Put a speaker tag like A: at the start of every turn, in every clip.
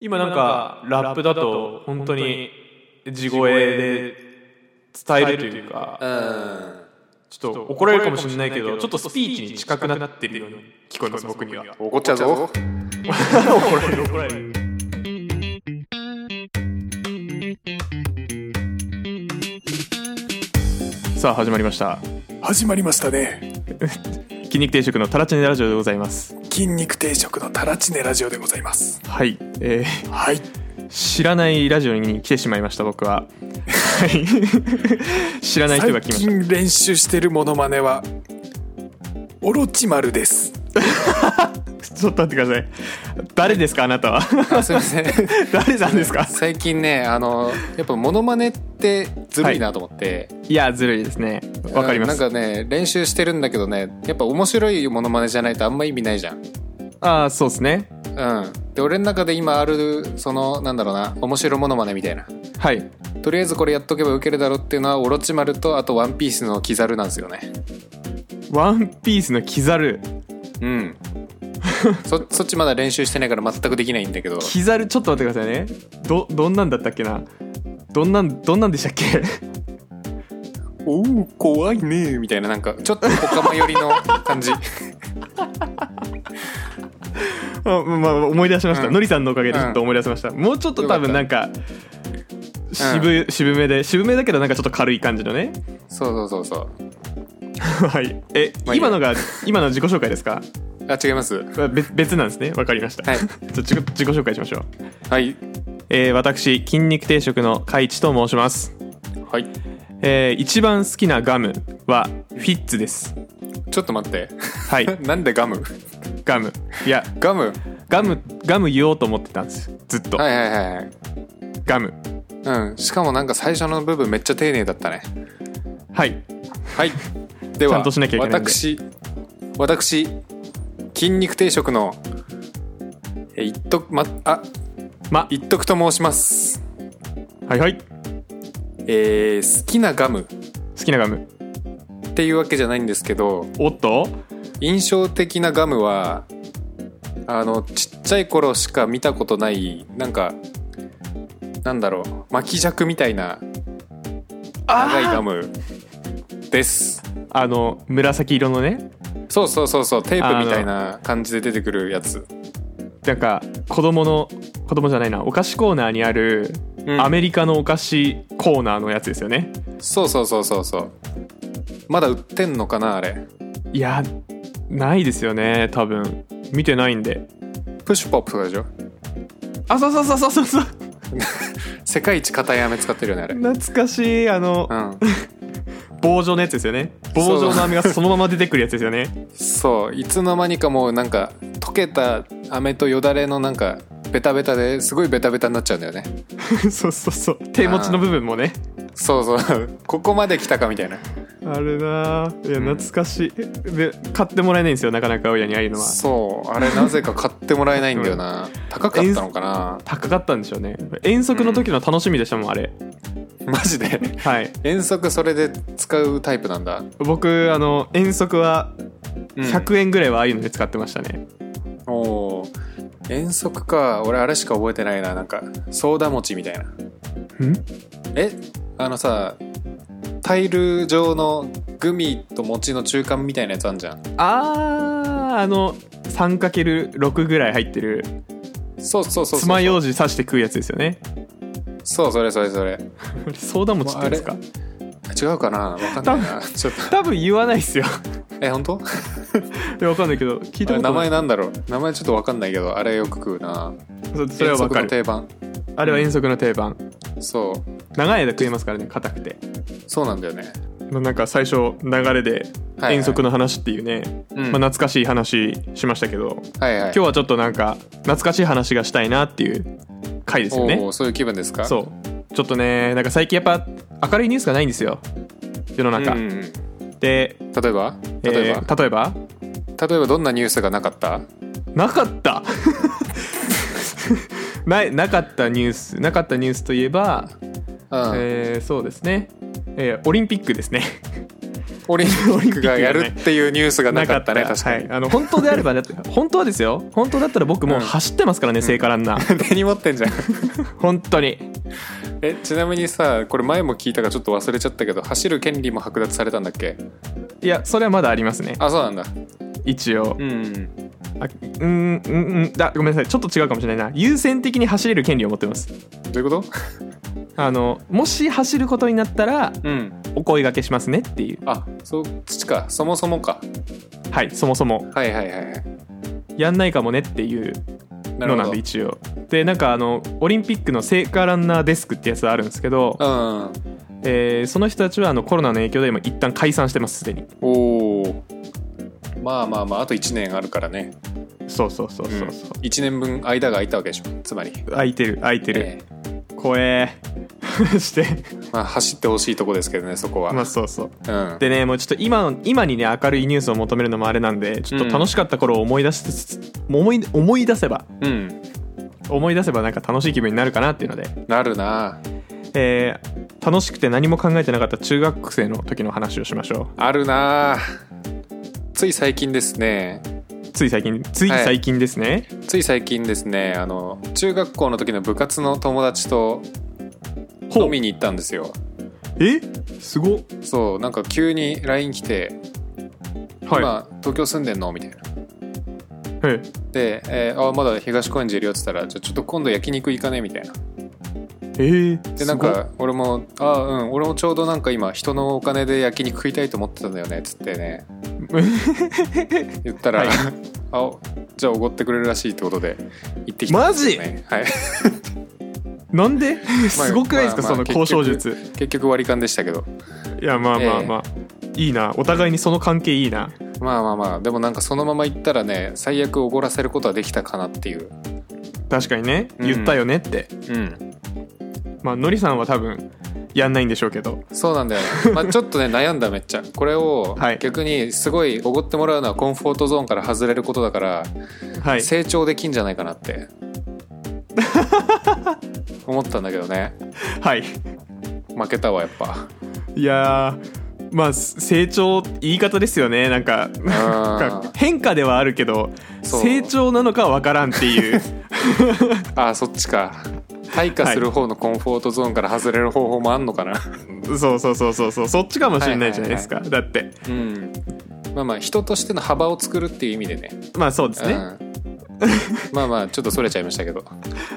A: 今なんかラップだと本当に地声で伝えるというか
B: うん
A: ちょっと怒られるかもしれないけどちょっとスピーチに近くなってるように聞こえます僕には
B: 怒っちゃうぞ
A: 怒られる怒られるさあ始まりました
C: 始まりましたね
A: 筋肉定食のタラチネラジオでございます
C: 筋肉定食のタラチネラジオでございます
A: はいえ
C: はい
A: ー知らないラジオに来てしまいました僕ははい 知らない人が
C: 最
A: 来ました
C: 近練習してるモノマネはオロチマルです
A: ちょっと待ってください誰ですかあなたは
B: あすいません
A: 誰なんですか
B: 最近ねあのやっぱモノマネってずるいなと思って
A: いやずるいですねわかります
B: うんなんかね練習してるんだけどねやっぱ面白いモノマネじゃないとあんま意味ないじゃん
A: ああそうですね
B: うんで俺の中で今あるそのなんだろうな面白モノマネみたいな
A: はい
B: とりあえずこれやっとけばウケるだろうっていうのはオロチマルとあとワンピースのキザルなんですよね
A: ワンピースのキザル
B: うん そそっちまだ練習してないから全くできないんだけど
A: キザルちょっと待ってくださいねどどんなんだったっけなどんなんどんなんでしたっ け
B: おお怖いねみたいななんかちょっとオカマ寄りの感 じ
A: あまあ思い出しました、
B: うん
A: のりさんのおかげでちょっと思い出しました、もうちょっと多分なんか渋,、渋めで渋めだけどなんかちょっと軽い感じのね
B: そうそうそうそ う
A: はいえ、
B: まあいいや
A: 今のが今の自己紹介です か
B: あ違います
A: あ別別なんですねわかりました、
B: はい
A: ちょっと自己自己紹介しましょう、
B: はい
A: えー私筋肉定食のカイチと申します
B: はい
A: えー一番好きなガムはフィッツです
B: ちょっと待って
A: はい
B: なんでガム
A: ガムいや
B: ガム
A: ガムガム言おうと思ってたんですずっと、
B: はいはいはいはい
A: ガム
B: うんしかもなんか最初の部分めっちゃ丁寧だったね
A: はい
B: はいで
A: ち
B: は
A: ゃんとしなきゃいけないんで
B: 私私筋肉定食のえ一徳まあ
A: ま
B: 一徳と申します
A: はいはい
B: えー好きなガム
A: 好きなガム
B: っていうわけじゃないんですけど
A: おっと
B: 印象的なガムはあのちっちゃい頃しか見たことないなんかなんだろう巻き尺みたいな長いガムです
A: あの紫色のね
B: そうそうそうそうテープみたいな感じで出てくるやつ
A: なんか子供の子供じゃないなお菓子コーナーにある、
B: うん
A: アメリカのお菓子コーナーのやつですよね
B: そうそうそうそうそうまだ売ってんのかなあれ
A: いやないですよね多分見てないんで
B: プッシュポップとかでしょ
A: あそうそうそうそうそうそう
B: 世界一硬い飴使ってるよねあれ
A: 懐かしいあの
B: うん
A: 棒状のやつですよね棒状の飴がそのまま出てくるやつですよね
B: そういつの間にかもうなんか溶けた飴とよだれのなんかベタベタですごいベタベタになっちゃうんだよね
A: そうそうそう手持ちの部分もね
B: そうそう ここまで来たかみたいな
A: あるなあいや懐かしい、で買ってもらえないんですよなかなか親にああいうのは
B: そうあれなぜか買ってもらえないんだよな、高かったのかな
A: 高かったんでしょうね遠足の時の楽しみでしたもん、あれ
B: マジで
A: はい
B: 遠足それで使うタイプなんだ、
A: 僕あの遠足は
B: うん
A: 100円ぐらいはああいうので使ってましたね、
B: おー遠足か俺あれしか覚えてないななんかソーダ餅みたいなんえあのさタイル状のグミと餅の中間みたいなやつあんじゃん
A: あーあの 3×6 ぐらい入ってる
B: そうそうそうそう
A: 爪楊枝刺して食うやつですよね
B: そうそれそれそれ
A: ソーダ餅って言うんですか
B: 違うかなわ かんないなちょっと
A: 多分言わないっすよ
B: え本当
A: いやわかんないけど聞いた
B: あ
A: こと
B: れ
A: な
B: 名
A: い
B: 前なんだろう名前ちょっとわかんないけどあれよく食うな
A: そそれはわか
B: 遠足の
A: る
B: 定番
A: あれは遠足の定番
B: そう
A: 長い間食えますからね硬くて
B: そうなんだよね
A: まあなんか最初流れで
B: はいはい
A: 遠足の話っていうね、
B: うん
A: まあ、懐かしい話しましたけど、
B: はいはい
A: 今日はちょっとなんか懐かしい話がしたいなっていう回ですよ
B: お
A: ね
B: ーそういう気分ですかう
A: そうちょっとねなんか最近やっぱ明るいニュースがないんですよ世の中、
B: んうんうん
A: で、
B: 例えば
A: えー
B: 例えば、
A: 例えば
B: 例えばどんなニュースがなかった
A: なかった ないなかったニュースなかったニュースといえば、
B: うん、
A: えーそうですね、えーオリンピックですね
B: オリンピックがやるっていうニュースがな
A: な
B: か
A: か
B: っ
A: ったた
B: ね
A: ね
B: 確か
A: は
B: に
A: い、あの本当であればね 本当はですよ本当だったら僕もう走ってますからね、聖火ランナー
B: 手に持ってんじゃん
A: 本当に
B: えちなみにさこれ前も聞いたからちょっと忘れちゃったけど走る権利も剥奪されたんだっけ
A: いやそれはまだありますね
B: あそうなんだ
A: 一応
B: うん
A: あうんうんうんだごめんなさいちょっと違うかもしれないな優先的に走れる権利を持ってます
B: どういうこと
A: あのもし走ることになったら
B: うん
A: お声掛けしますねっていう
B: あそっちかそもそもか
A: はいそもそも
B: はいはいはいはい
A: やんないかもねっていう
B: な
A: の
B: る
A: な
B: ほ
A: ん
B: ど
A: で一応でなんかあのオリンピックの聖火ランナーデスクってやつあるんですけど、
B: うん
A: えーその人たちはあのコロナの影響で今一旦解散してますすでに
B: おおまあまあまああと1年あるからね、
A: そうそうそう
B: う
A: そうそう、
B: 1年分間が空いたわけでしょつまり、
A: 空いてる空いてる、
B: え
A: 怖え して
B: えまあ、走ってほしいとこですけどねそこは、
A: まあそうそう
B: うん、
A: でねもうちょっと今の今にね明るいニュースを求めるのもあれなんでちょっと楽しかった頃を思い出しつつ、思い思い出せば
B: うん
A: 思い出せばなんか楽しい気分になるかなっていうので、
B: なるな
A: えー楽しくて何も考えてなかった中学生の時の話をしましょ
B: あるなつい最近ですね
A: うつい最近つい最近ですね、
B: つい最近ですねあの中学校の時の部活の友達と
A: ほう
B: 飲みに行ったんですよ
A: えすごっ
B: そうなんか急に LINE 来て「
A: はい、
B: 今東京住んでんの?」みたいな
A: はい
B: で「えーあまだ東高円寺いるよ」っつったら「じゃあちょっと今度焼肉行かね」みたいな
A: えー、
B: ですな
A: ご
B: ん
A: っ
B: か俺も「あうん俺もちょうどなんか今人のお金で焼肉食いたいと思ってたんだよね」っつって ね言ったら
A: は
B: 「
A: い
B: あじゃあおごってくれるらしい」ってことで行ってきたんですよね、はい、
A: なんで すごくないですか、
B: まあまあ
A: その交渉
B: 結
A: 術
B: 結局割り勘でしたけど
A: いやまあまあまあ、いいなお互いにその関係いいな
B: まあまあまあでもなんかそのまま行ったらね最悪おごらせることはできたかなっていう
A: 確かにね
B: うん
A: 言ったよねって、
B: うん
A: まあのりさんは多分やんないんでしょうけど
B: そうなんだよ ね、まあ、ちょっとね悩んだめっちゃこれを
A: はい
B: 逆にすごいおごってもらうのはコンフォートゾーンから外れることだから
A: はい
B: 成長できんじゃないかなって 思ったんだけどね
A: はい
B: 負けたわやっぱ
A: いやーまあす成長言い方ですよねなんかなんか変化ではあるけど
B: そう
A: 成長なのかわからんっていう
B: あーそっちか退化する方のコンフォートゾーンから外れる方法もあんのかな
A: そうそうそうそうそうそっちかもしれないじゃないですか、だって
B: うんまあまあ人としての幅を作るっていう意味でね
A: まあそうですね、
B: うん、まあまあちょっとそれちゃいましたけど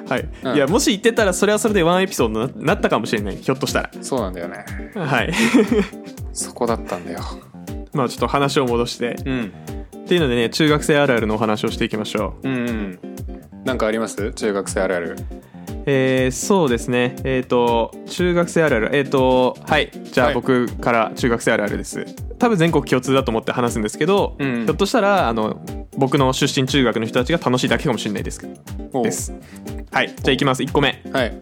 A: はい、
B: うん
A: いやもし言ってたらそれはそれでワンエピソードにななったかもしれないひょっとした
B: そうなんだよね
A: らはい
B: そこだったんだよ
A: まあちょっと話を戻して
B: うん
A: っていうのでね中学生あるあるのお話をしていきましょう
B: うんうんなんかあります中学生あるある
A: えー、そうですねえっ、と中学生あるあるえっ、とはいじゃ
B: は
A: あ
B: い
A: 僕から中学生あるあるです多分全国共通だと思って話すんですけど、
B: うん
A: ひょっとしたらあの僕の出身中学の人たちが楽しいだけかもしれないですけど
B: おう
A: ですはいじゃあいきます1個目
B: はい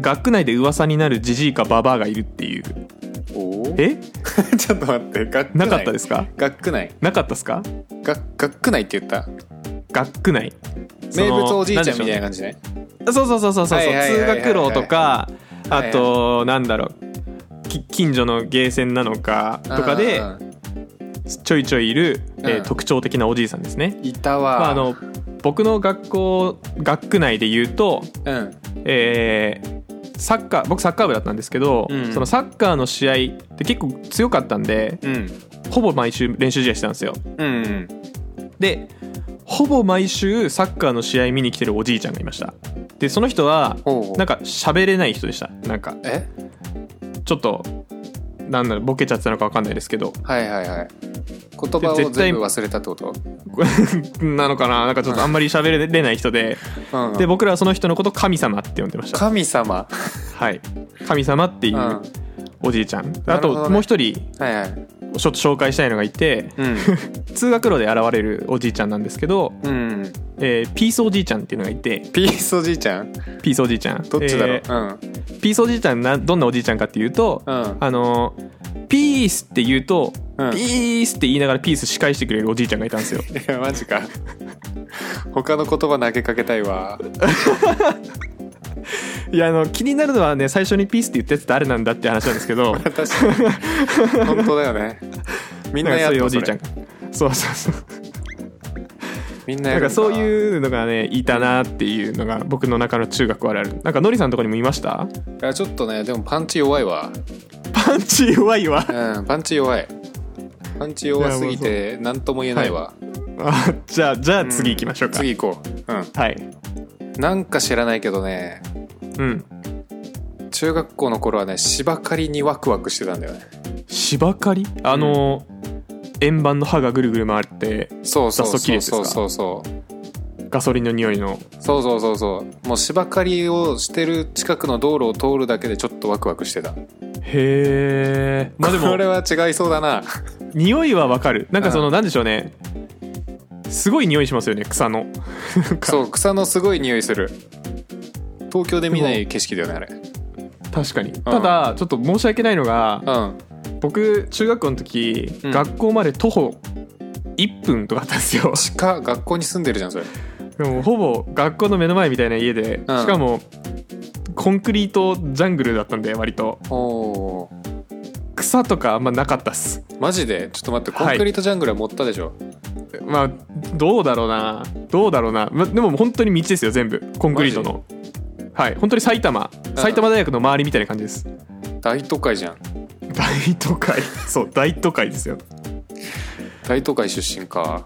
A: 学内で噂になるジジイかババアがいるっていう
B: おお
A: え
B: ちょっと待って学区
A: な
B: 内
A: かったですか
B: 学区内
A: なかったっすか
B: 学学区内って言った
A: 学区内
B: 名物おじいちゃんみたいな
A: な
B: 感じね
A: でしょうそうそうそうそうそう
B: はいはいはい
A: 通
B: はい
A: 学路とか
B: はい
A: あ
B: はい
A: となんだろうき近所のゲーセンなのかとかで
B: うんうん
A: ちょいちょいいる、えー
B: うん
A: 特徴的なおじいさんですね、
B: いたわ、
A: まあ、あの僕の学校学区内で言うと、
B: うん
A: えーサッカー僕サッカー部だったんですけど、
B: うん
A: そのサッカーの試合って結構強かったんで
B: うん
A: ほぼ毎週練習試合してたんですよ
B: うんうん
A: でほぼ毎週サッカーの試合見に来てるおじいちゃんがいましたでその人は
B: ほうほう
A: なんか喋れない人でしたなんか
B: え
A: ちょっとなんだろうボケちゃってたのか分かんないですけど
B: はいはいはい言葉
A: で
B: を
A: 絶対
B: 全部忘れたってこと
A: なのかななんかちょっとあんまり喋れない人で
B: うん
A: で僕らはその人のこと神様って呼んでました
B: 神様
A: はい神様ってい
B: うん
A: う
B: は
A: おじいちゃん
B: な
A: あ
B: るほどね
A: ともう一人
B: いはい
A: ちょっと紹介したいのがいて
B: うん
A: 通学路で現れるおじいちゃんなんですけど、
B: うん
A: えーピースおじいちゃんっていうのがいて
B: ピースおじいちゃん
A: ピースおじいちゃん
B: どっちだろう
A: え、ーピースおじいちゃんなどんなおじいちゃんかっていうと
B: うんうん
A: あのピースって言うと、
B: うん
A: ピースって言いながらピース仕返してくれるおじいちゃんがいたん ですよ
B: いやマジか他の言葉投げかけたいわ
A: いやあの気になるのはね最初にピースって言ったやつ誰なんだって話なんですけど
B: 確かに本当だよね みん
A: な
B: なん
A: か
B: や
A: そ
B: っ
A: う
B: て
A: いうおじ
B: たそ
A: いちゃん
B: れ
A: がそうそうそう
B: みんな
A: な
B: や
A: んかそう
B: う
A: いうのがねいたなっていうのが僕の中の中学はあるなんかのりさんのとこにもいました
B: ちょっとねでもパンチ弱いわ
A: パンチ弱いわ
B: うんパンチ弱いパンチ弱すぎて何とも言えないわ、
A: あじゃあじゃあ次行きましょうか、
B: 次行こうう
A: はい
B: んなんか知らないけどね
A: うん
B: 中学校の頃はね芝刈りにワクワクしてたんだよね
A: 芝刈りあの、円盤の刃がぐるぐる回って
B: そうそう
A: 雑草切る
B: そう
A: やつです
B: そ
A: か
B: うそうそう
A: ガソリンの匂いの
B: そうそうそうそうもう芝刈りをしてる近くの道路を通るだけでちょっとワクワクしてた
A: へえまあで
B: これ
A: も
B: は違いそうだな
A: 匂いはわかるなんかその、
B: う
A: なんでしょうねすごい匂いしますよね草のなんか
B: そう草のすごい匂いする東京で見ない景色だよねあれ
A: 確かにただ、ちょっと申し訳ないのが
B: うん
A: 僕中学校の時、
B: うん
A: 学校まで徒歩1分とかあったんですよ
B: 近学校に住んでるじゃんそれ
A: でもほぼ学校の目の前みたいな家で、
B: うん
A: しかもコンクリートジャングルだったんで割と
B: おお
A: 草とかあんまなかったっす
B: マジでちょっと待ってコ
A: はい
B: ンクリートジャングルは持ったでしょ、
A: まあどうだろうなどうだろうな、ま、でも本当に道ですよ全部コンクリートのはい本当に埼玉埼玉大学の周りみたいな感じです、
B: 大都会じゃん
A: 大都会 そう大都会ですよ
B: 大都会出身か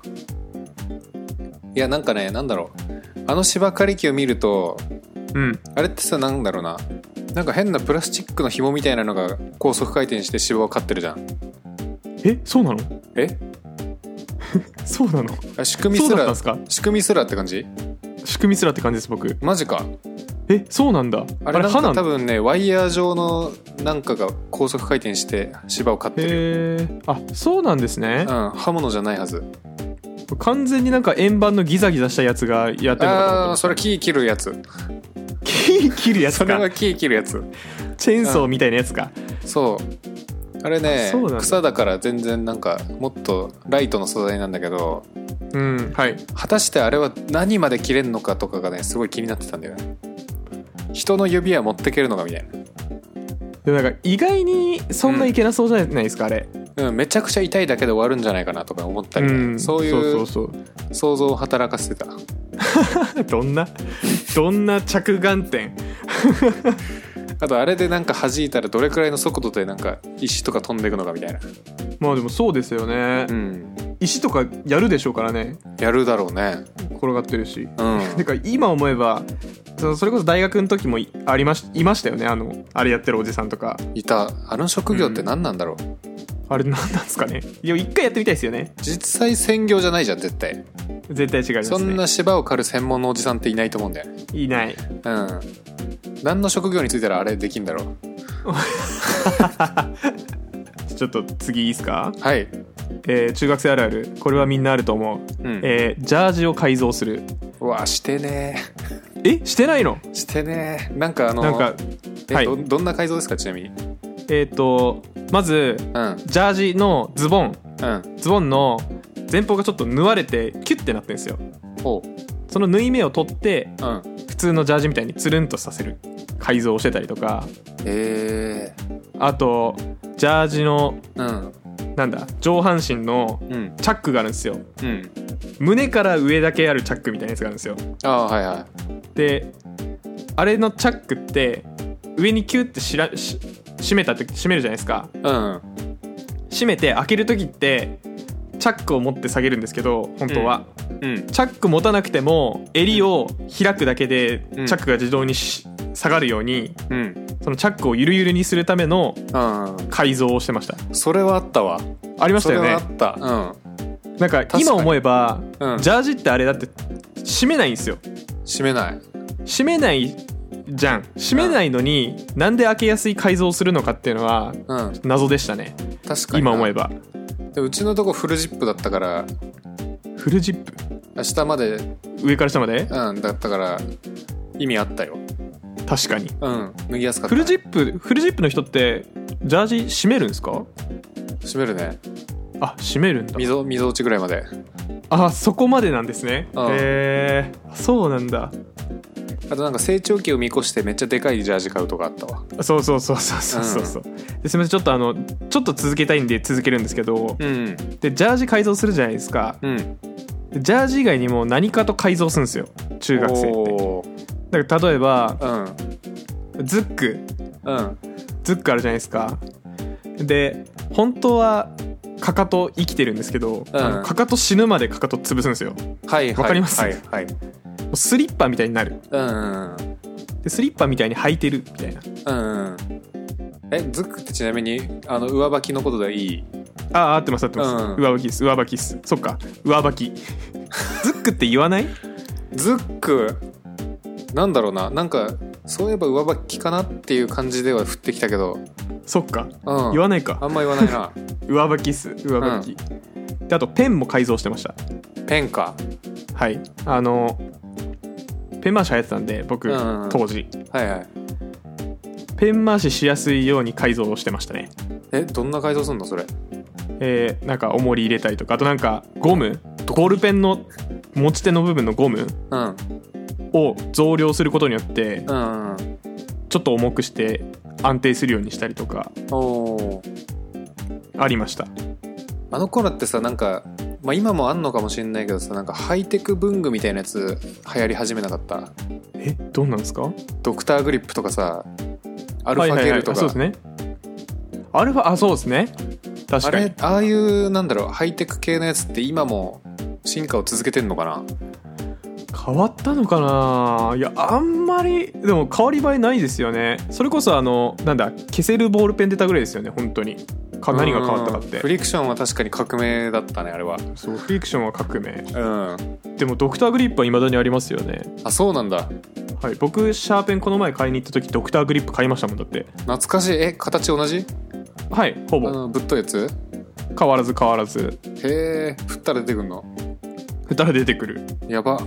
B: いやなんかねなんだろうあの芝刈り機を見ると
A: うん
B: あれってさなんだろうななんか変なプラスチックの紐みたいなのが高速回転して芝を刈ってるじゃん
A: えそうなの
B: え
A: そうなの
B: あ仕組みす
A: そうだった
B: ら
A: んすか
B: 仕組みすらって感じ
A: 仕組みすらって感じです僕
B: マジか
A: えそうなんだ
B: あれなん
A: 歯
B: か
A: な
B: 多
A: んだ
B: 分ねワイヤー状のなんかが高速回転して芝を刈ってるよ
A: へえあそうなんですね
B: う、ん刃物じゃないはず
A: 完全になんか円盤のギザギザしたやつがやってるのかと
B: あ
A: 思
B: あ
A: っ
B: ーそれ木切るやつ
A: た切り切るや
B: そ
A: つ
B: れ
A: か
B: は木切るやつ
A: チェーンソーみたいなやつか、
B: そうあれね
A: あそうなんだ
B: 草だから全然なんかもっとライトの素材なんだけど
A: うん、はい
B: 果たしてあれは何まで切れんのかとかがねすごい気になってたんだよね人の指は持ってけるのかみたい
A: でもなんか意外にそんないけなそうじゃないですか、あれ
B: な、うん、めちゃくちゃ痛いだけで終わるんじゃないかなとか思ったりね、
A: ん
B: そういう
A: そうそう
B: 想像を働かせてた
A: そうどんな どんな着眼点
B: あとあれでなんか弾いたらどれくらいの速度でなんか石とか飛んでいくのかみたいな
A: まあでもそうですよね、
B: うん
A: 石とかやるでしょうからね
B: やるだろうね
A: 転がってるし
B: うん
A: てか今思えばそのそれこそ大学の時もいありましいましたよねあのあれやってるおじさんとか
B: いたあの職業って何なんだろう、
A: あれ何なんですかねいや一回やってみたいですよね
B: 実際専業じゃないじゃん絶対
A: 絶対違いますね
B: そんな芝を刈る専門のおじさんっていないと思うんだよね
A: いない
B: うん何の職業についたらあれできんだろう
A: ちょっと次いいですか、
B: はい
A: えー中学生あるあるこれはみんなあると思う、
B: うん
A: えージャージを改造する
B: うわしてね
A: えしてないの
B: えしてねえなんかあの
A: なんか
B: え
A: はい
B: どどんな改造ですかちなみにうん
A: えっ、とまず
B: うん
A: ジャージのズボン
B: うん
A: ズボンの前方がちょっと縫われてキュッてなってるんですよ
B: ほ
A: その縫い目を取って
B: ううん
A: 普通のジャージみたいにつるんとさせる改造をしてたりとか
B: ええ
A: あとジャージの
B: うん
A: なんだ上半身の
B: うん
A: チャックがあるんですよ
B: うん
A: 胸から上だけあるチャックみたいなやつがあるんですよ
B: ああはいはい
A: であれのチャックって上にキュッてしらし閉めた時閉めるじゃないですか
B: うん
A: 閉めて開ける時ってチャックを持って下げるんですけど本当は、
B: うん
A: チャック持たなくても襟を開くだけでチャ
B: うん
A: ックが自動にし下がるように
B: うん
A: そのチャックをゆるゆるにするための
B: うん
A: 改造をしてました
B: それはあったわ
A: ありまし
B: そ
A: た
B: れ
A: よ
B: はあ
A: ね
B: ったうん
A: なんか
B: かに
A: 今思えば、
B: うん
A: ジャージってあれだって閉めないんですよ
B: 閉めない
A: 閉めないじゃん閉めないのに、なんで開けやすい改造をするのかっていうのは
B: うん
A: 謎でしたね
B: 確かに
A: 今思え
B: ば
A: ば
B: うちのとこフルジップだったから
A: フルジップ
B: 下まで
A: 上から下まで
B: うんだったから意味あったよ
A: 確かに
B: うん脱ぎやすかった
A: フルジップフルジップの人ってジャージ閉めるんですか
B: 閉めるね
A: あ閉めるんだ
B: 溝溝落ちぐらいまで
A: あそこまでなんですね
B: うん
A: へえそうなんだ
B: あとなんか成長期を見越してめっちゃでかいジャージ買うとかあったわ
A: そうそうそうそうそうそうそう、ですみませんちょっとあのちょっと続けたいんで続けるんですけど、
B: うん
A: でジャージ改造するじゃないですか
B: うん
A: でジャージ以外にも何かと改造するんですよ中学生って
B: おー
A: だから例えば
B: うん
A: ズック
B: うん
A: ズックあるじゃないですかで本当はかかと生きてるんですけど、
B: うん
A: あのかかと死ぬまでかかと潰すんですよ
B: はいはい
A: わかります
B: はいはい
A: もうスリッパみたいになる
B: うん
A: でスリッパみたいに履いてるみたいな
B: うんうんえズックってちなみにあの上履きのことでいい
A: ああ合ってます合ってます、
B: うん
A: 上履きです上履きですそっか上履 きズックって言わない
B: ズックなんだろうななんかそういえば上履きかなっていう感じでは降ってきたけど、
A: そっか
B: うん、
A: 言わないか
B: あんま言わないな
A: 上履きっす上履き、であとペンも改造してました
B: ペンか
A: はいあのペン回し流行ってたんで僕、
B: うん
A: 当時
B: はいはい
A: ペン回ししやすいように改造をしてましたね
B: えどんな改造すんのそれ
A: えーなんか重り入れたりとかあとなんかゴムボールペンの持ち手の部分のゴム
B: うん
A: を増量することによって
B: うんうん
A: ちょっと重くして安定するようにしたりとか
B: おー
A: ありました
B: あの頃ってさなんかまあ今もあんのかもしれないけどさなんかハイテク文具みたいなやつ流行り始めなかった
A: えどうなんですか
B: ドクターグリップとかさア
A: ア
B: ルファゲルと
A: そ
B: か
A: うですねアルファあそうですね確
B: あ
A: かに
B: れああいうなんだろうハイテク系のやつって今も進化を続けてんのかな
A: 変わったのかないやあんまりでも変わり映えないですよねそれこそあのなんだ消せるボールペン出たぐらいですよね本当にか何が変わったかっ
B: うん
A: て
B: フリクションは確かに革命だったねあれは
A: そうフリクションは革命
B: うん
A: でもドクターグリップはいまだにありますよね
B: あそうなんだ
A: はい僕シャーペンこの前買いに行った時ドクターグリップ買いましたもんだって
B: 懐かしいえ形同じ
A: はいほ
B: あ
A: ぼ
B: のぶっといやつ
A: 変わらず変わらず
B: へえ振ったら出てくんの
A: 蓋が出てくる
B: やば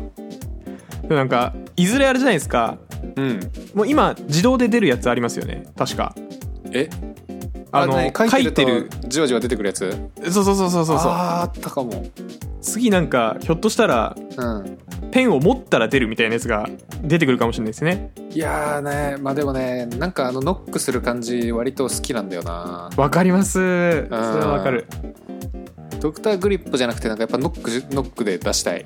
A: でもなんかいずれあれじゃないですか
B: うん
A: もう今自動で出るやつありますよね確か
B: え
A: あの
B: 何
A: 書
B: 書い
A: いて
B: て
A: る
B: るとじわじわ出てくるやつ
A: そうそうそうそうそうそう
B: あーあったかも
A: 次なんかひょっとしたら
B: うん
A: ペンを持ったら出るみたいなやつが出てくるかもしれないですね
B: いやーねまあでもねなんかあのノックする感じ割と好きなんだよな
A: わかりますそれはわかる
B: ドクターグリップじゃなくてなんかやっぱノックじノックで出したい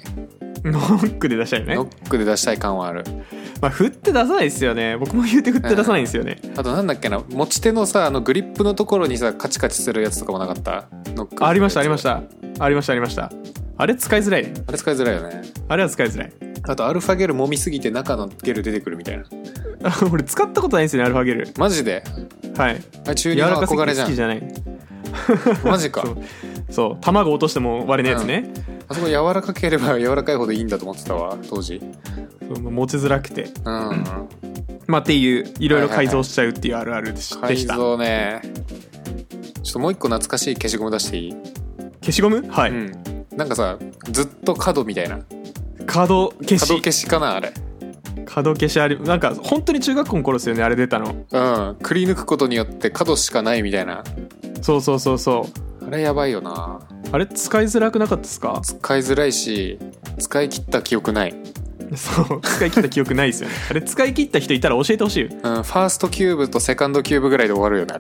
A: ノックで出したいよ
B: ノ
A: ね
B: ックで出したい感はある
A: まあ振って出さないですよね僕も言うて振って出さないんですよね
B: あとなんだっけな持ち手のさあのグリップのところにさカチカチするやつとかもなかったノック
A: あありましたありましたたありましたありましたあれ使いづらいね
B: あれ使いづらいよね
A: あれは使いづらい
B: あとアルファゲル揉みすぎて中のゲル出てくるみたいな
A: 俺使ったことないんですよねアルファゲル
B: マジで
A: はい
B: あれ中
A: 柔
B: 二
A: ら
B: の
A: かすぎ
B: 憧れ
A: て
B: じゃ
A: 好
B: ん
A: きじゃない
B: マジ か
A: そうそう卵落としても割れないやつね、
B: あそこ柔らかければ柔らかいほどいいんだと思ってたわ当時
A: そう持ちづらくて
B: うん
A: まあっていういろいろ
B: はいはいは
A: 改
B: い
A: 造しちゃうっていうあるあるでしで
B: 改
A: した、
B: 造ねちょっともう一個懐かしい消しゴム出していい、
A: 消しゴムはい、
B: うんなんかさずっと角みたいな
A: 角消し
B: 角消しかなあれ
A: 角消しありなんか本当に中学校の頃ですよねあれ出たの
B: うんくり抜くことによって角しかないみたいな
A: そうそうそうそう
B: あれやばいよな
A: あれ使いづらくなかったですか
B: 使いづらいし使い切った記憶ない、うん、
A: そう使い切った記憶ないですよね あれ使い切った人いたら教えてほしい
B: ファーストキューブとセカンドキューブぐらいで終わるよね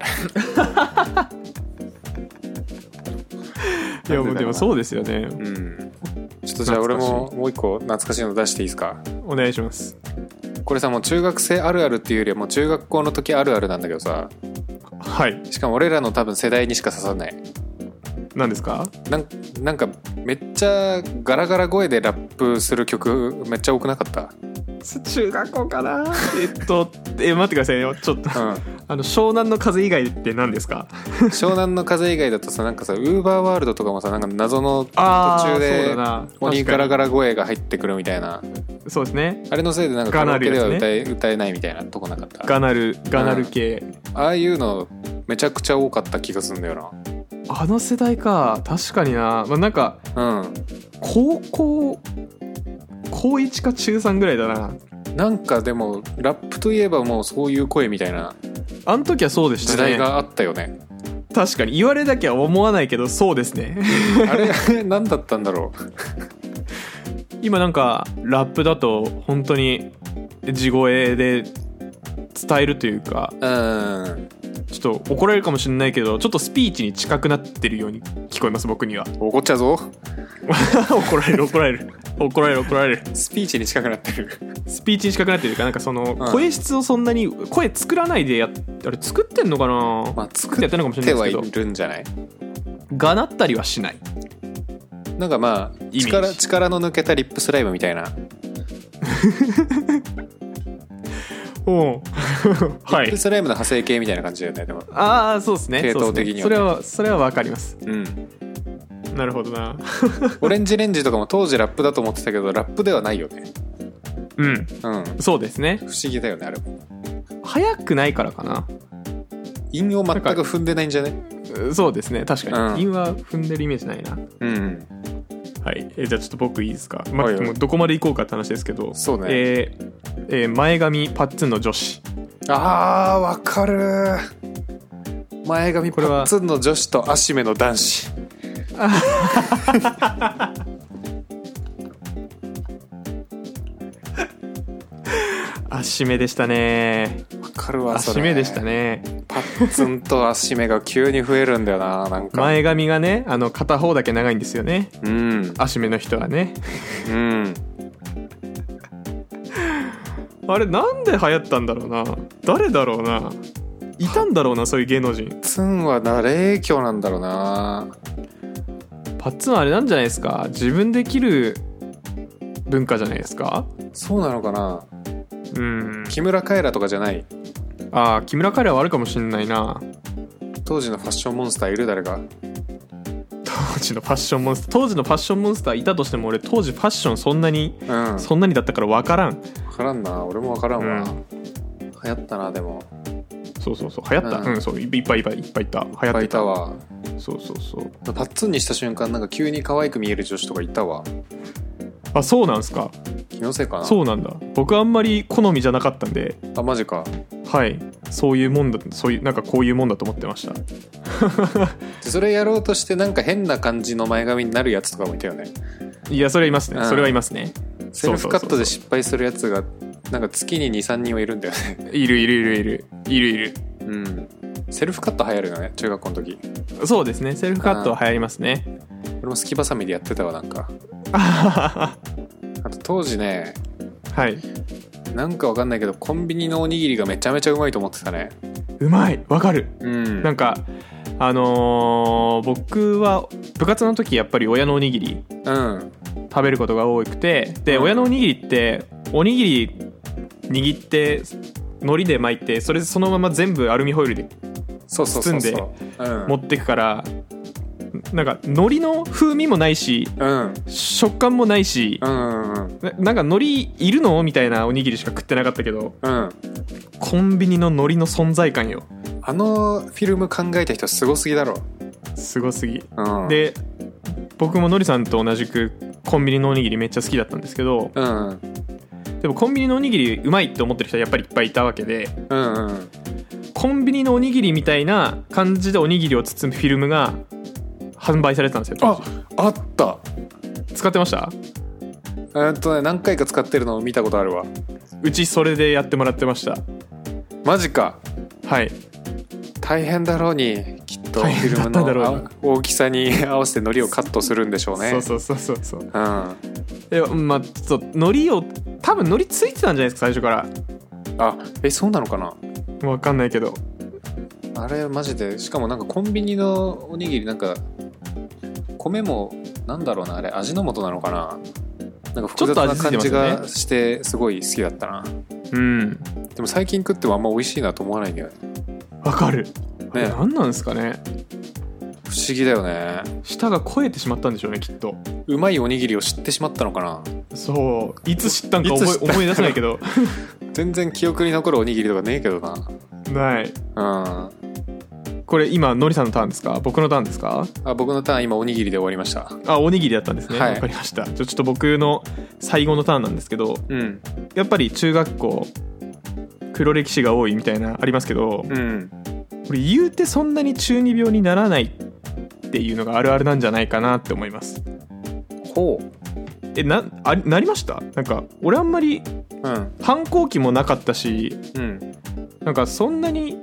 B: あれ
A: いやもうでもそうですよね
B: うんちょっとじゃあ俺ももう一個懐かしいの出していいですか
A: お願いします
B: これさもう中学生あるあるっていうよりはもう中学校の時あるあるなんだけどさ
A: はい
B: しかも俺らの多分世代にしか刺さんない
A: 何ですか
B: なんなんかめっちゃガラガラ声でラップする曲めっちゃ多くなかった
A: 中学校かなえっとえ待ってくださいよちょっと、
B: うん
A: あの湘南の風以外って何ですか
B: 湘南の風以外だとさなんかさウーバーワールドとかもさなんか謎の途中
A: そ
B: で
A: うだな
B: 鬼ガラガ
A: ラ
B: ラ声が入ってくるみたいな
A: そうですね
B: あれのせいでなんかカラオケでは
A: ガナ
B: 歌
A: ル
B: え,、歌えないみたいなとこなかった
A: ガナルガナル系、
B: ああいうのめちゃくちゃ多かった気がするんだよ
A: あの世代か確かにな、まあ、なんか
B: なうん
A: 高校高1か中3ぐらいだな
B: なんかでもラップといえばもうそういう声みたいな
A: あの時はそうでしたね
B: 時代があったよね
A: 確かに言われなきゃ思わないけどそうですね
B: あれ 何だったんだろ
A: 今なんかラップだと本当に地声で伝えるというか
B: うん
A: ちょっと怒られるかもしれないけどちょっとスピーチに近くなってるように聞こえます僕には
B: 怒っちゃうぞ
A: 怒られる怒られる怒られる怒られる
B: スピーチに近くなってる
A: スピーチに近くなってるというかなんかその
B: うん
A: 声質をそんなに声作らないでやっあれ作ってんのかな、
B: まあ
A: 作ってやってるのかもし
B: 手
A: れな
B: はい
A: です
B: い
A: け
B: るんじゃない
A: どがなったりはしない
B: なんかまあ
A: ジ
B: 力力の抜けたリップスライムみたいな
A: お は
B: リッ
A: い
B: プスライムの派生系みたいな感じだよねでも
A: ああそうですね
B: 系統
A: そうっすね
B: 的には
A: それはそれはわかります
B: うん
A: なるほどな
B: オレンジレンジとかも当時ラップだと思ってたけどラップではないよね
A: うん
B: うん不
A: そうですね
B: 思議だよねあれも
A: 早くないからかな
B: 韻を全く踏んでないんじゃね
A: うんそうですね確か
B: うん
A: に韻、は踏んでるイメージないな
B: うん
A: はい、えーじゃあちょっと僕いいですか、まあ
B: はいはい
A: もうどこまで行こうかって話ですけど
B: そうね
A: えーえー前髪パッツンの女子
B: あーわかる前髪
A: こ
B: パ
A: れは
B: ッツンの女子と足目の男子
A: 足目でしたね
B: わかるわそれ
A: 足目でしたね
B: パッツンと足目が急に増えるんだよななんか
A: 前髪がねあの片方だけ長いんですよね
B: うん
A: 足目の人はね
B: うん
A: あれなんで流行ったんだろうな誰だろうないたんだろうなそういう芸能人
B: ツンはな霊教なんだろうな
A: パッツンあれなんじゃないですか自分で切る文化じゃないですか
B: そうなのかな
A: うん
B: 木村カエラとかじゃない
A: ああ木村カエラはあるかもしんないな
B: 当時のファッションモンスターいる誰か
A: 当時のファッションモンスター当時のファッションモンスターいたとしても俺当時ファッションそんなに
B: うんわ
A: そんなにだったから分からん
B: からんな俺もわからんわ、
A: うん
B: 流行ったなでも
A: そうそうそう流行った
B: う
A: うんん、そういっぱいいっぱいいっぱいいた流行ってた
B: いっぱいいたわ
A: そうそうそう
B: パッツンにした瞬間なんか急に可愛く見える女子とかいたわ
A: あそうなんすか
B: 気のせいかな
A: そうなんだ僕あんまり好みじゃなかったんで
B: あマジか
A: はいそういうもんだそういうなんかこういうもんだと思ってました
B: でそれやろうとしてなんか変な感じの前髪になるやつとかもいたよね
A: いやそれはいますね、
B: うん
A: それはいますね
B: セルフカット
A: そうそ
B: で
A: う
B: 失敗するやつがなんか月に23人はいるんだよね
A: そういるいるいるいるいるいる
B: うんセルフカット流行るよね中学校の時
A: そうですねセルフカットは流行りますね
B: 俺もすきばさみでやってたわな んか
A: は
B: あと当時ね
A: い
B: なんかわかんないけどコンビニのおにぎりがめちゃめちゃうまいと思ってたね
A: うまいわかる
B: うん
A: なんかあのー僕は部活の時やっぱり親のおにぎり
B: うん
A: 食べることが多くてで、
B: うん
A: 親のおにぎりっておにぎり握って海苔で巻いてそれそのまま全部アルミホイルで
B: そうそうそうそう
A: 包
B: うん
A: 持ってくから、なんか海苔の風味もないし
B: うん
A: 食感もないし、
B: うんうん
A: ななんか海苔いるのみたいなおにぎりしか食ってなかったけど
B: うん
A: コンビニの海苔の存在感よ
B: あのフィルム考えた人すごすぎだろ、
A: すごすぎ
B: うん、
A: で僕ものりさんと同じくコンビニのおにぎりめっちゃ好きだったんですけど
B: うんうん
A: でもコンビニのおにぎりうまいって思ってる人はやっぱりいっぱいいたわけで
B: うん
A: コンビニのおにぎりみたいな感じでおにぎりを包むフィルムが販売されてたんですよ当
B: あ
A: 時
B: あった
A: 使ってました
B: えっとね何回か使ってるのを見たことあるわ
A: うちそれでやってもらってました
B: マジか
A: はい
B: 大変だろうにきっとフ
A: 大変
B: ィ
A: だ
B: ルム
A: っただろうに
B: のあ大きさに合わせて糊をカットするんでしょうね
A: そうそうそうそうそう
B: うん
A: えまあちょっと海苔を多分海苔ついてたんじゃないですか最初から
B: あえそうなのかな
A: 分かんないけど
B: あれマジでしかもなんかコンビニのおにぎりなんか米もなんだろうなあれ味の素なのかななんか複雑な感じ
A: ちょっと味付いてますよ
B: が
A: ね
B: してすごい好きだったな
A: うん
B: でも最近食ってもあんま美味しいなと思わないんだよね
A: わかるあれ
B: ね
A: 何なんですかね
B: 不思議だよね
A: 舌が肥えてしまったんでしょうねきっと
B: うまいおにぎりを知ってしまったのかな
A: そういつ知ったんか覚
B: いつ
A: え
B: 知った
A: 思い出せないけど
B: 全然記憶に残るおにぎりとかねえけど
A: ない
B: なうん
A: これ今のりさんのターンですか僕のターンですか
B: あ僕のターン今おにぎりで終わりました
A: あおにぎりだったんですねわ、
B: はい
A: かりましたじゃあちょっと僕の最後のターンなんですけど
B: うん
A: やっぱり中学校黒歴史が多いみたいなありますけど、
B: うん
A: これ言うてそんなに中二病にならないっていうのがあるあるなんじゃないかなって思います
B: ほう
A: えなあなりましたなんか俺あんまり
B: うん
A: 反抗期もなかったし
B: うん
A: なんかそんなに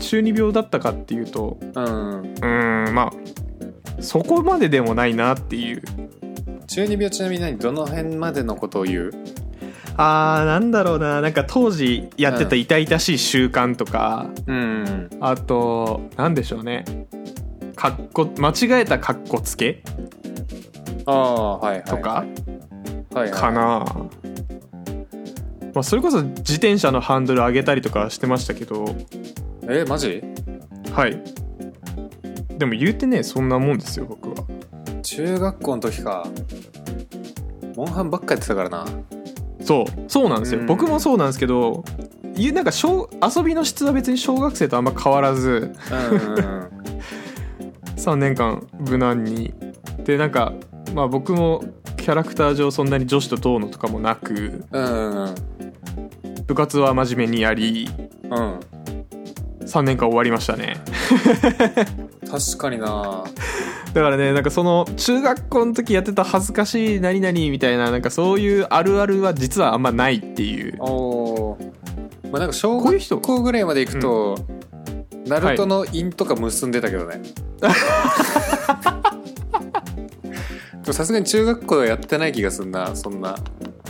A: 中二病だったかっていうと
B: うん
A: うーんまあそこまででもないなっていう
B: 中二病ちなみに何どの辺までのことを言う
A: あーなんだろうななんか当時やって
B: う
A: た痛々しい習慣とか、
B: うん
A: あとなんでしょうねかっこ間違えたかっこつけ
B: ああはいはい
A: とか
B: はいはい
A: かな、まあ、それこそ自転車のハンドル上げたりとかしてましたけど
B: えマジ
A: はいでも言うてねそんなもんですよ僕は
B: 中学校の時かモンハンばっかやってたからな
A: そうそうなんですよ、
B: うん
A: 僕もそうなんですけどいうなんか小遊びの質は別に小学生とあんま変わらず
B: うんうんうん
A: 3年間無難にでなんかまあ僕もキャラクター上そんなに女子とどうのとかもなく
B: うんうん
A: 部活は真面目にやり
B: うん
A: 3年間終わりましたね
B: 確かにな
A: だからねなんかその中学校の時やってた恥ずかしい何々みたいななんかそういうあるあるは実はあんまないっていう
B: おーまあなんか小
A: こういう
B: 学
A: 人
B: 校ぐらいまで行くと、ナルトの印とか結んでたけど ね、でもさすがに中学校ではやってない気がすんなそんな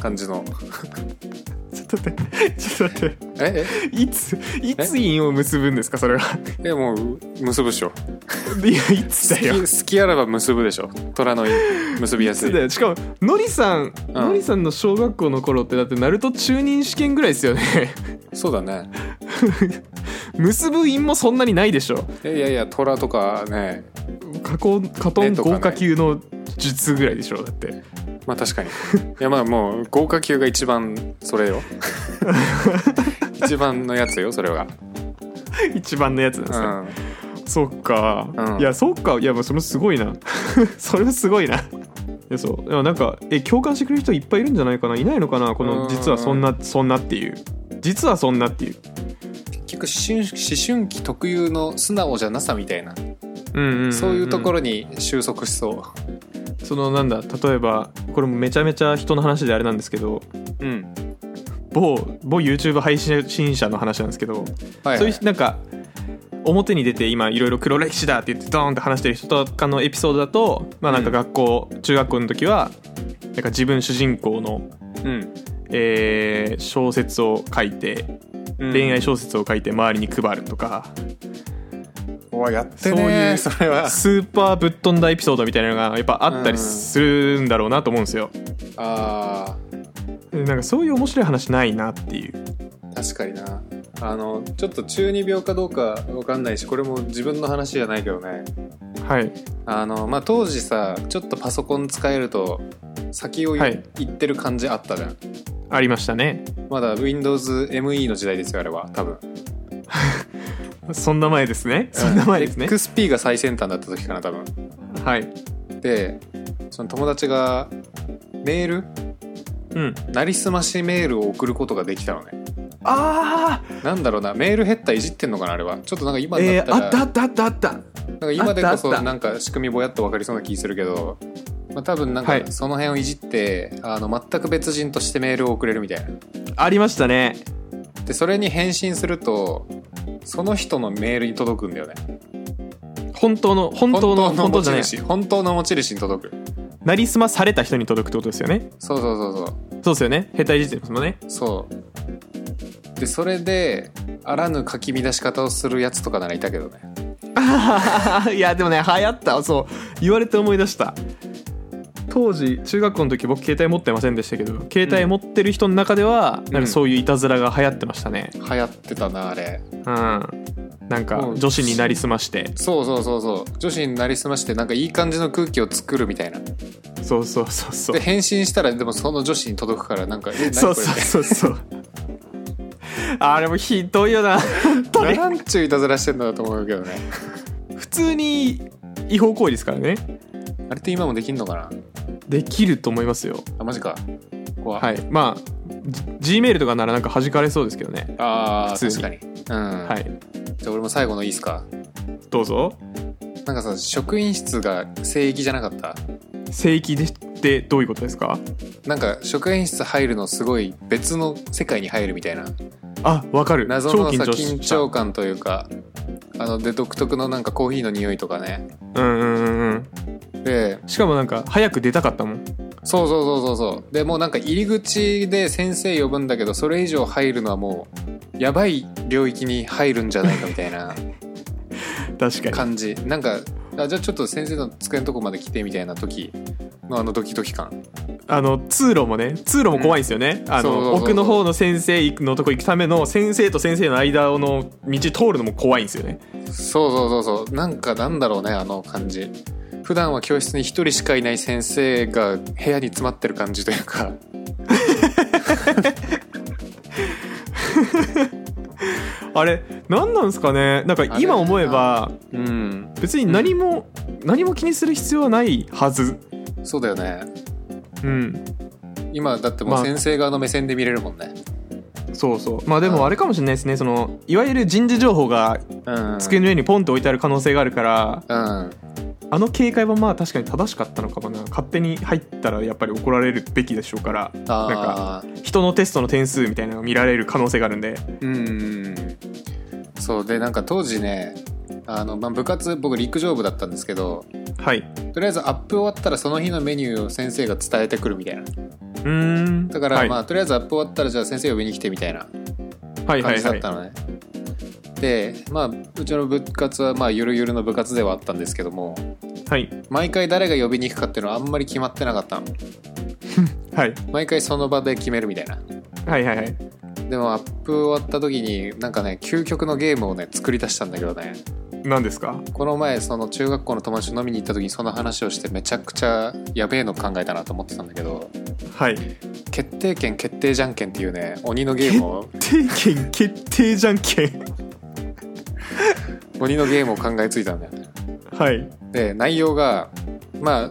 B: 感じの
A: ちょっと待ってちょっと待って
B: え
A: いついつ印を結ぶんですかそれは
B: ええもう結ぶでしょ
A: いやいつ
B: 好
A: だよい
B: き好きあらば結ぶでしょ虎の印結びやす
A: つ
B: い
A: だよしかものりさん、のりさんの小学校の頃ってだってナルト中任試験ぐらいですよね
B: そうだね
A: 結ぶ印もそんなにないでしょ
B: いやいやいや虎とかね
A: 加工加ト
B: 絵
A: ン
B: とかね
A: 豪華級の術ぐらいでしょだ って
B: まあ確かにいやまあもう豪華級が一番そ れよ一番のやつよそれは
A: 一番のやつなんですよ、
B: うん
A: そっか、
B: うん
A: いやそっかいやもうそれもすごいな それもすごいないやそうでもなんかえ共感してくれる人いっぱいいるんじゃないかないないのかなこ
B: う
A: の
B: ん
A: 実はそんなそんなっていう実はそんなっていう
B: 結局思春思春期特有の素直じゃなさみたいな、
A: うんうんんん
B: そういうところに収束しそ
A: そのなんだ例えばこれもめちゃめちゃ人の話であれなんですけど
B: ううん
A: 某某 YouTube 配信者の話なんですけど、
B: はい、
A: そう
B: はい
A: いうなんか表に出て今いろいろ黒歴史だって言ってドーンって話してる人とかのエピソードだとまあなんか学校、中学校の時はなんか自分主人公の
B: うん
A: えー小説を書いて、
B: うん
A: 恋愛小説を書いて周りに配るとか、
B: うわやって
A: そうい
B: ね
A: う
B: それは
A: スーパーぶっ飛んだエピソードみたいなのがやっぱあったりするんだろうなと思うんですよ、
B: あ
A: でなんかそういう面白い話ないなっていう
B: ー確かになあのちょっと中二病かどうかわかんないしこれも自分の話じゃないけどね
A: はい
B: あのまあ当時さちょっとパソコン使えると先をい、
A: はい
B: 言ってる感じあったじゃん
A: ありましたね
B: まだ WindowsME の時代ですよあれは多分
A: そんな前ですね そんな前ですね、
B: XP が最先端だった時かな多分
A: はい
B: でその友達がメール
A: うん
B: なりすましメールを送ることができたのね
A: あ
B: なんだろうなメールヘッダいじってんのかなあれはちょっとなんか今
A: あ、
B: だ
A: え
B: っ
A: ー、あった
B: た
A: あ
B: ら
A: ったあったあった
B: なんか今で
A: あった
B: こ
A: あっ
B: そ
A: た
B: なんか仕組みぼやっと分かりそうな気するけど、まあ、多分なん
A: は
B: か
A: い
B: その辺をいじって、あの全く別人としてメールを送れるみたいな
A: ありましたね
B: でそれに返信するとその人のメールに届くんだよね
A: 本当の本当の本当
B: 持
A: じ
B: ち
A: ゃない
B: 主本当の持ち主に届く
A: なりすまされた人に届くってことですよね
B: そうそうそうそう
A: そうですよね兵隊時点ですもんね
B: そうでそれであらぬ書き乱し方をするやつとかならいたけどね
A: あ ーいやでもね流行ったそう言われて思い出した当時中学校の時僕携帯持ってませんでしたけど携帯持ってる人の中では、なんかそういういたずらが流行ってましたね
B: 流行ってたなあれ
A: うんなんか
B: うん
A: 女子になりすまして
B: そうそうそうそう女子になりすましてなんかいい感じの空気を作るみたいな
A: そうそうそうそう
B: で返信したらでもその女子に届くからなんか「え何こ
A: そう
B: れ」
A: そうそうそうあれもひどいよ な本当に
B: なんちゅういたずらしてんだと思うけどね
A: 普通に違法行為ですからね
B: あれって今もできんのかな
A: できると思いますよ
B: あマジか怖い、
A: はいまあ G メールとかならなんか弾かれそうですけどね
B: ああ
A: 普通
B: 確
A: に
B: かにうん、
A: はい
B: じゃあ俺も最後のいいっすか
A: どうぞ
B: なんかさ職員室が聖域じゃなかった
A: 聖域でってどういうことですか
B: なんか職員室入るのすごい別の世界に入るみたいな
A: あわかる
B: 謎のさ
A: 超
B: 緊
A: し
B: 張感というかあので独特のなんかコーヒーの匂いとかね
A: たうんうんうんうん
B: で
A: しかもなんか早く出たかったもん
B: そうそうそうそうそうでもうなんか入り口で先生呼ぶんだけどそれ以上入るのはもうやばい領域に入るんじゃないかみたいな
A: 確かに
B: 感じなんかあじゃあちょっと先生の机のとこまで来てみたいな時のあのドキドキ感
A: あの通路もね通路も怖いんですよね、あ
B: そうそうそう
A: の
B: そう
A: 奥の方の先生のとこ行くための先生と先生の間の道通るのも怖いんですよね
B: そうそうそうそうなんかなんだろうねあの感じ普段は教室に一人しかいない先生が部屋に詰まってる感じというか
A: あれ何なんですかねなんか今思えば
B: うん
A: 別に何も、何も気にする必要はないはず
B: そうだよね
A: うん
B: 今だっても
A: ま
B: う
A: あ
B: 先生側の目線で見れるもんね、
A: そうそうまあでもあれかもしれないですねそのいわゆる人事情報が
B: うん
A: 机の上にポンと置いてある可能性があるから
B: うん
A: あの警戒はまあ確かに正しかったのかもな勝手に入ったらやっぱり怒られるべきでしょうからなんか
B: ああ
A: 人のテストの点数みたいなのが見られる可能性があるんで
B: うんそうでなんか当時ねあの、まあ、部活僕陸上部だったんですけど
A: はい
B: とりあえずアップ終わったらその日のメニューを先生が伝えてくるみたいな
A: うーん
B: だから、
A: はい、
B: まあとりあえずアップ終わったらじゃあ先生呼びに来てみたいな
A: はいは
B: 感
A: い
B: じだ
A: は
B: っ
A: い
B: たのね、でまあうちの部活はまあゆるゆるの部活ではあったんですけども
A: はい
B: 毎回誰が呼びに行くかっていうのはあんまり決まってなかったの
A: はい
B: 毎回その場で決めるみたいな
A: はいはいはい
B: でもアップ終わった時になんかね究極のゲームをね作り出したんだけどね
A: 何ですか
B: この前その中学校の友達と飲みに行った時にその話をしてめちゃくちゃやべえの考えたなと思ってたんだけど
A: はい
B: 決定権決定じゃんけんっていうね鬼のゲームを
A: 定権決定じゃんけん
B: 鬼のゲームを考えついたんだよね
A: はい
B: で内容がまあ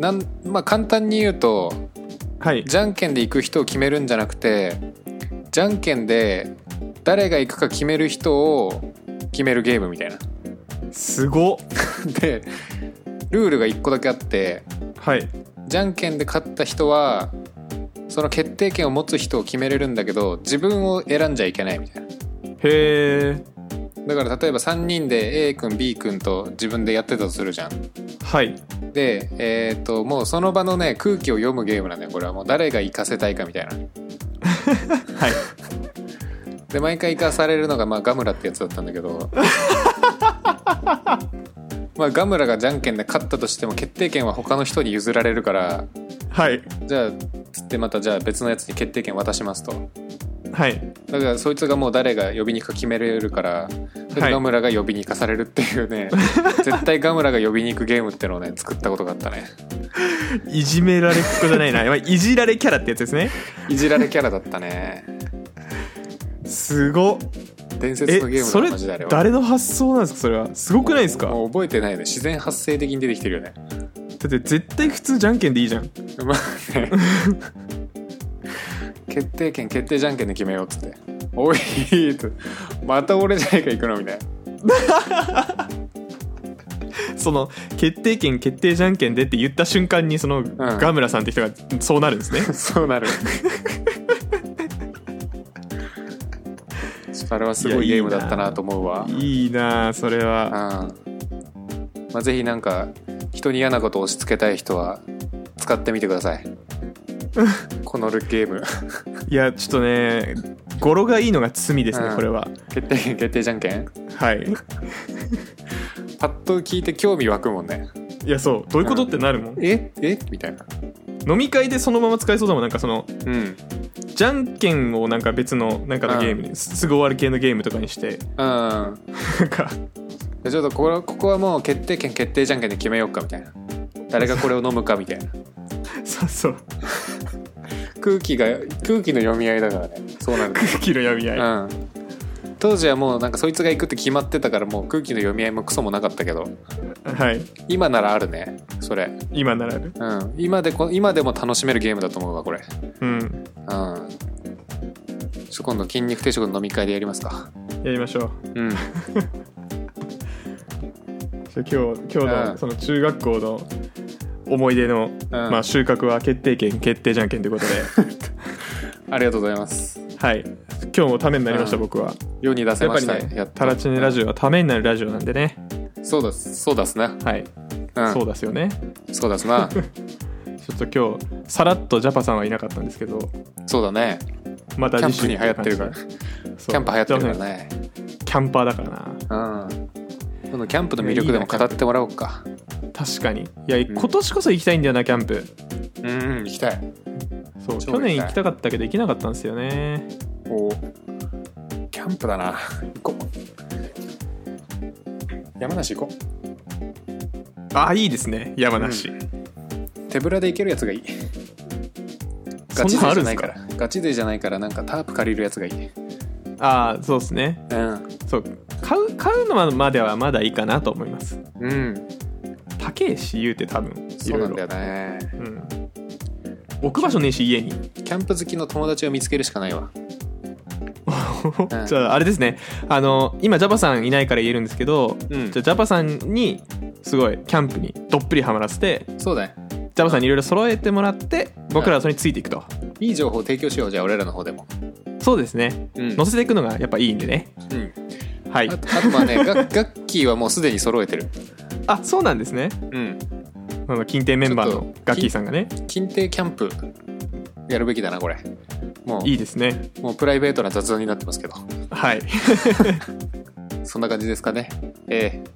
B: なんまあ簡単に言うと
A: はい
B: じゃんけんで行く人を決めるんじゃなくてじゃんけんで誰が行くか決める人を決めるゲームみたいな
A: すごっ
B: でルールが1個だけあって
A: はい
B: じゃんけんで勝った人はその決定権を持つ人を決めれるんだけど自分を選んじゃいけないみたいな
A: へえ
B: だから例えば3人で A 君 B 君と自分でやってたとするじゃん
A: はい
B: でえっ、ともうその場のね空気を読むゲームなんだよこれはもう誰が行かせたいかみたいな
A: はい
B: で毎回行かされるのが、まあ、ガムラってやつだったんだけど まあガムラがじゃんけんで勝ったとしても決定権は他の人に譲られるから
A: はい
B: じゃあつってまたじゃあ別のやつに決定権渡しますと
A: はい
B: だからそいつがもう誰が呼びに行くか決めれるから、で
A: はい
B: ガムラが呼びに行かされるってい うね絶対ガムラが呼びに行くゲームってのをね作ったことがあったね
A: いじめられっ子じゃないな、ま あ、いじられキャラってやつですね
B: いじられキャラだったね
A: すごっ
B: 伝
A: え
B: 説のゲーム
A: そ
B: の
A: れ
B: マジであれは
A: 誰の発想なんですかそれはすごくないですかだ
B: もう覚えてないね自然発生的に出てきてるよね
A: って絶対普通じゃんけんでいいじゃん
B: まあね決定権決定じゃんけんで決めようっつって「おい」と「また俺じゃないか行くの」みたいな
A: その決定権決定じゃんけんでって言った瞬間にそのガムラさんって人がそうなるん ですね、
B: そうなるちょっとあれはすごい
A: いや
B: ゲ
A: いい
B: ー
A: な
B: ムだったなと思うわ
A: いいなあそれ
B: うん
A: は
B: まあ、ぜひなんか人に嫌なことを押し付けたい人は使ってみてくだ さいこのルゲーム
A: いやちょっとね語呂がいいのが罪ですね、
B: うん
A: これは
B: 決定権決定じゃんけん
A: はい
B: パッと聞いて興味湧くもんね
A: いやそうどういうことってなるもん、
B: ええみたいな
A: 飲み会でそのまま使えそうだもんなんかその
B: うん
A: じゃんけんをなんか別のなんかのゲームに、すぐ終わる系のゲームとかにして
B: うん
A: なんか
B: でちょっとこれここはもう決定権決定じゃんけんで決めようかみたいな誰がこれを飲むかみ たいな
A: そうそう
B: 空気が空気の読み合いだからねそうなんだ
A: 空気の読み合い、
B: うん当時はもうなんかそいつが行くって決まってたからもう空気の読み合いもクソもなかったけど
A: はい
B: 今ならあるねそれ
A: 今ならる
B: うん今でこ今でも楽しめるゲームだと思うわこれ
A: うん
B: うんちょ今度筋肉定食の飲み会でやりますか
A: やりましょう
B: うん
A: じゃあ今日今日
B: うん
A: のその中学校の思い出の、ま
B: う
A: あ、収穫は決定権決定じゃんけんということで
B: ん、ありがとうございます
A: はい今日もためになりました、
B: うん
A: 僕は
B: 世に出せ
A: やっぱ
B: まし
A: り
B: たねや
A: ね
B: っ
A: タラチネラジオはためになるラジオなんでね
B: そうだそうだすな、
A: はい、
B: うん、
A: そうですよね
B: そうだす な
A: ちょっと今日さらっとジャパさんはいなかったんですけど
B: そうだね
A: また
B: キャン
A: 次
B: プ
A: 週
B: に流行ってるから
A: っ
B: キ
A: て感じそう
B: ャンプ流行ってるから
A: ジャパさん
B: ね
A: キャンパーだからな
B: うんこのキャンプの魅力でも語ってもらおうか
A: 確かにいや今年こそ行きたいんだよなキャンプ
B: うん行きたい
A: そう
B: 超
A: 去年
B: 行きたい
A: 行きたかったけど行けなかったんですよね
B: おキャンプだな行こう山梨行こう
A: あいいですね山梨、
B: 手ぶらで行けるやつがいいガチ
A: そんな
B: 勢
A: んあ
B: じ
A: る
B: ゃ
A: ん
B: な
A: す
B: いか
A: から
B: ガチ勢じゃないからなんかタープ借りるやつがいい
A: ああそうですね
B: うん
A: そう買う買うのまではまだいいかなと思います
B: うん
A: 高えし言うて多分い
B: そう
A: ろ
B: ないん
A: ろ
B: だよね
A: うん置く場所ねえし家に
B: キャンプ好きの友達を見つけるしかないわん
A: じゃああれですねあの今ジャパさんいないから言えるんですけど、
B: うん
A: じゃあジャパさんにすごいキャンプにどっぷりハマらせて
B: そうだね
A: ジャパさんにいろいろ揃えてもらって僕らはそれについていくと、
B: いい情報提供しようじゃあ俺らの方でも
A: そうですね
B: うん
A: 乗せていくのがやっぱいいんでね
B: うん
A: はい
B: あとあとはねガ ガッキーはもうすでに揃えてる
A: あそうなんですね
B: うん
A: あの近天メンバー
B: ちょ
A: の
B: っと
A: ガッキーさんがね
B: 近定キャンプやるべきだなこれもう
A: いいですね
B: もうプライベートな雑談になってますけど
A: はい
B: そんな感じですかねええ